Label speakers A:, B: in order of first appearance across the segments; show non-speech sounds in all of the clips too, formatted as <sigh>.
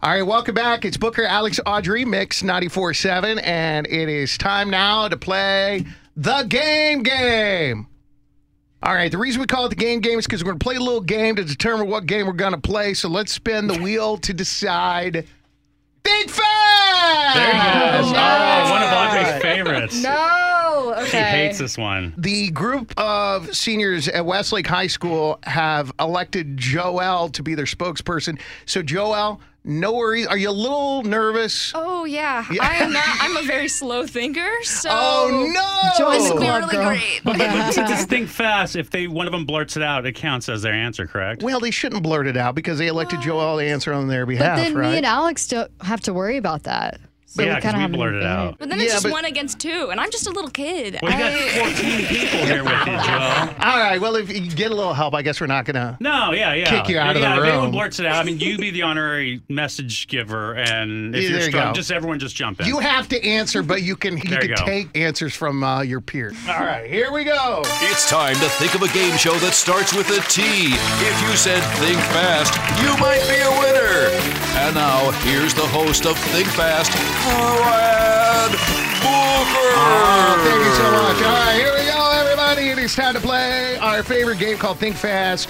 A: All right, welcome back. It's Booker, Alex, Audrey, Mix 94.7, and it is time now to play the game game. All right, the reason we call it the game game is because we're going to play a little game to determine what game we're going to play. So let's spin the wheel to decide. Big Fat!
B: There he goes. Oh, one of Audrey's favorites.
C: No.
B: She
C: Okay.
B: hates this one.
A: The group of seniors at Westlake High School have elected Joel to be their spokesperson. So, Joel, no worries. Are you a little nervous?
C: Oh yeah.
A: Yeah.
C: I am not. I'm a very
A: <laughs>
C: slow thinker. So.
A: Oh, no!
C: This is
D: Joel.
C: gonna be
D: Come on,
C: really
D: girl.
C: great.
B: But, but to
A: <laughs>
B: just think fast, if they one of them blurts it out, it counts as their answer, correct?
A: Well, they shouldn't blurt it out because they elected Joel to answer on their
D: But
A: behalf,
D: then
A: right?
D: me and Alex don't have to worry about that. So
B: yeah, because
D: kinda
B: we
D: have an
B: blurted it
D: advantage.
B: out.
C: <laughs> But then it's
A: Yeah,
C: just
A: but-
C: one against two, and I'm just a little kid.
B: Well, you
C: I-
B: got 14 people here with
A: <laughs>
B: you, Joel.
A: All right. Well, if you get a little help, I guess we're not gonna.
B: No, yeah, yeah.
A: Kick you out of the
B: yeah, if
A: room.
B: anyone blurts it out, I mean, you be the honorary message giver, and if
A: Yeah,
B: you're
A: there you
B: strong,
A: go.
B: just everyone just jump in.
A: You have to answer, but you can you
B: There you
A: can
B: go.
A: take answers from uh, your peers. All right. Here we go.
E: It's time to think of a game show that starts with a T. If you said think fast, you might be a winner. And now, here's the host of Think Fast, Brad Booker.
A: Oh, thank you so much. All right. Here we go, everybody. It is time to play our favorite game called Think Fast.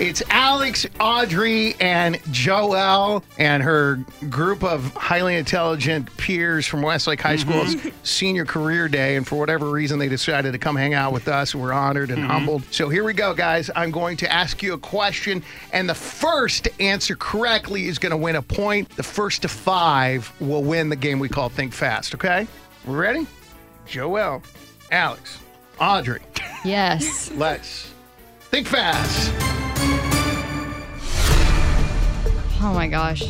A: It's Alex, Audrey, and Joelle and her group of highly intelligent peers from Westlake High School's senior career day. And for whatever reason, they decided to come hang out with us. We're honored and humbled. So here we go, guys. I'm going to ask you a question, and the first to answer correctly is going to win a point. The first to five will win the game we call Think Fast, okay? We ready? Joelle, Alex, Audrey, <laughs>
D: Yes.
A: let's think fast.
D: Oh my gosh.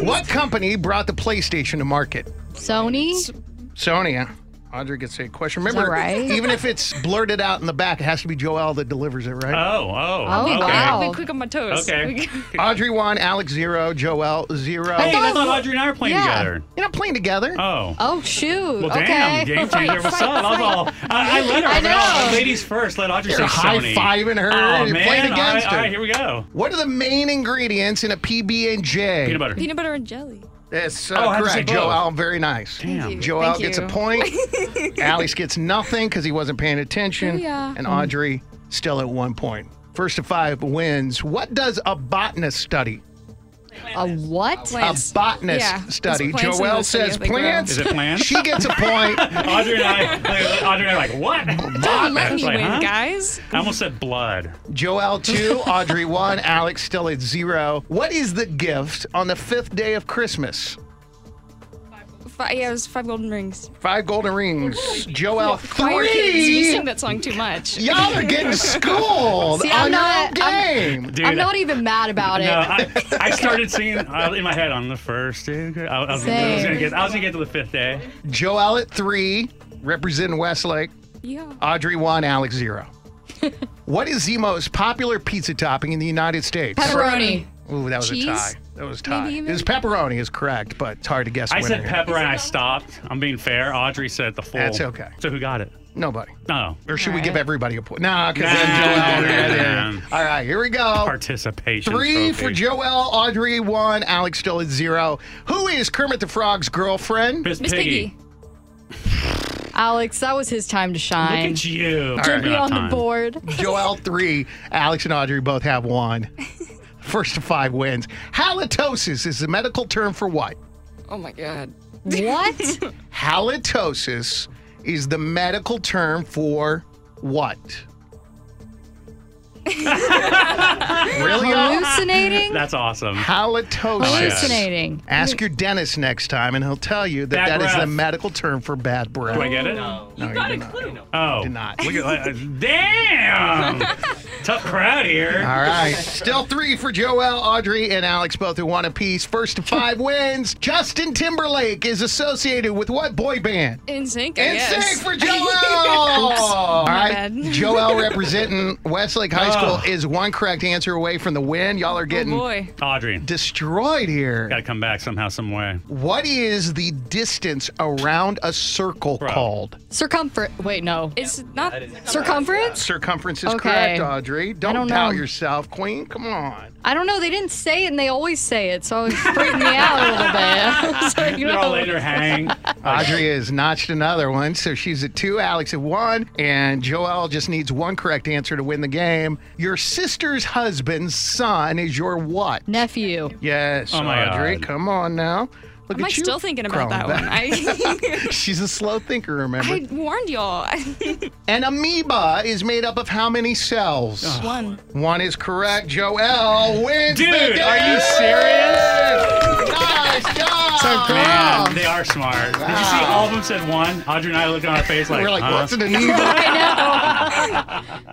A: What company brought the PlayStation to market?
D: Sony.
A: Sonia. Audrey gets a question. Remember,
D: that
A: <laughs>
D: right?
A: even if it's blurted out in the back, it has to be Joel that delivers it,
B: Oh,
A: right?
B: oh,
D: Oh,
B: okay.
D: wow.
C: Be quick on my
A: <laughs>
C: toes.
B: Okay.
A: Audrey one, Alex zero, Joel zero.
B: Hey, I thought Audrey and I were playing
D: Yeah.
B: together.
A: You're not playing together.
B: Oh.
D: Oh shoot.
B: Well,
D: okay.
B: damn, game changer. What's up? I was all, I, I let her. I, was like,
D: know.
B: oh, ladies first. Let Audrey
A: You're
B: say
A: high
B: Sony.
A: fiving her.
B: Oh,
A: You're
B: man.
A: playing
B: all right,
A: against
B: all
A: her.
B: right, here we go.
A: What are the main ingredients in a PB and J?
B: Peanut butter.
C: <laughs> Peanut butter and jelly.
A: That's
B: Oh,
A: uh,
B: I had to
A: correct,
B: say both.
A: Joel. Very nice.
B: Damn. you.
A: Joel
C: Thank
A: gets a
C: you.
A: point. Alex gets nothing because he wasn't paying attention.
C: Yeah.
B: Mm-hmm.
A: And Audrey still at one point. First to five wins. What does a botanist study?
D: A what?
C: Plants.
A: A botanist
C: Yeah, it's
A: study.
C: plants in
A: Joelle
C: the city
A: says
C: of the ground.
A: plants.
B: Is it planned?
A: She gets a point.
B: <laughs> Audrey and I, like, Audrey and I, are like what?
C: Don't
B: I
C: let
B: was
C: me
B: like,
C: win,
B: huh?
C: guys.
B: I almost said blood.
A: Joelle
B: <laughs>
A: two, Audrey one, Alex still at zero. What is the gift on the fifth day of Christmas?
C: Fi yeah, it was five golden rings.
A: Five golden rings. Joelle
C: Choir kids, you sing
A: three.
C: that song too much.
A: Y'all are getting schooled
D: See,
A: on
D: I'm not-
A: your own game.
D: I'm-
B: Dude,
D: I'm not even mad about it.
B: No, I, I started singing uh, in my head on the first day. I, I, was, I was gonna
D: Same.
B: get. I was gonna get to the fifth day.
A: Joelle at three, representing Westlake.
C: Yeah.
A: Audrey one, Alex
C: <laughs>
A: zero. what is the most popular pizza topping in the United States?
D: Pepperoni.
A: Ooh, that was
C: Cheese?
A: a tie. That was a tie.
C: Maybe even-
A: It's pepperoni is correct, but it's hard to guess.
B: I
A: winner
B: said
A: here.
B: pepper and I stopped. I'm being fair. Audrey said the full.
A: That's okay.
B: So who got it?
A: Nobody.
B: No.
A: Or should we
D: All
A: give
D: right.
A: everybody a point? Nah, because
B: Nah,
A: then Joelle.
B: nah,
A: yeah,
B: nah,
A: yeah.
B: nah.
A: All right, here we go.
B: Participation.
A: Three for
B: trophy.
A: Joelle, Audrey one, Alex still at zero. Who is Kermit the Frog's girlfriend?
B: Miss
C: Miss
B: Piggy.
C: Piggy.
D: Alex, that was his time to shine.
B: Look at you.
A: right.
D: Be
A: you
D: on
B: Time.
D: the
A: <laughs>
D: board.
A: Joelle three, Alex and Audrey both have
C: <laughs>
A: one. First to five wins. Halitosis is the medical term for what?
C: Oh my god.
D: <laughs> what?
A: Halitosis is the medical term for what? really? y'all?
D: Hallucinating.
B: That's awesome.
A: Halitosis.
D: Hallucinating.
A: Ask your dentist next time, and he'll tell you that
B: Bad
A: that is the
B: breath.
A: medical term for bad breath.
B: Do I get it?
A: No, you did not.
B: Oh.
A: Did not.
B: Look at, uh,
A: <laughs>
B: damn. Tough crowd here.
A: All right. Still three for Joel, Audrey, and Alex, both at one apiece. First to five <laughs> wins. Justin Timberlake is associated with what boy band?
C: In sync. Oh,
A: And sing
C: <laughs>
A: for Joel! All right,
C: bad.
A: Joel representing Westlake High
B: Oh.
A: School is one correct answer away from the win. Y'all are getting
C: boy.
B: Audrey.
A: destroyed here.
B: Got to come back somehow, some way.
A: What is the distance around a circle
B: Bro.
A: called?
D: Circumference. Wait, no.
C: It's not.
D: Circumference.
A: Circumference is
D: Okay.
A: correct, Audrey. Audrey. Don't,
D: don't
A: doubt
D: know.
A: yourself, Queen. Come on.
D: I don't know. They didn't say it, and they always say it, so it freaked me out a little bit. <laughs>
C: <laughs>
D: I was
B: <laughs>
D: like,
B: They're all
D: no.
B: letting her hang.
A: Audrey has notched another one, so she's at two, Alex at one, and Joel just needs one correct answer to win the game. Your sister's husband's son is your what?
D: Nephew.
A: Yes,
B: Oh my
A: Audrey.
B: God.
A: Come on now. Look
C: Am I
A: at you
C: still thinking about that
A: crawling
C: one?
A: back. <laughs>
C: I, <laughs>
A: She's a slow thinker, remember?
C: I warned y'all. <laughs>
A: An amoeba is made up of how many cells?
C: One.
A: One is correct. Joel wins.
B: Dude,
A: the
B: are you
A: game!
B: serious?
A: nice job. Oh.
B: Man, Um, they are smart. Did you see all of them said one? Audrey and I look on our face like,
A: We're like,
B: huh?
A: what's an amoeba?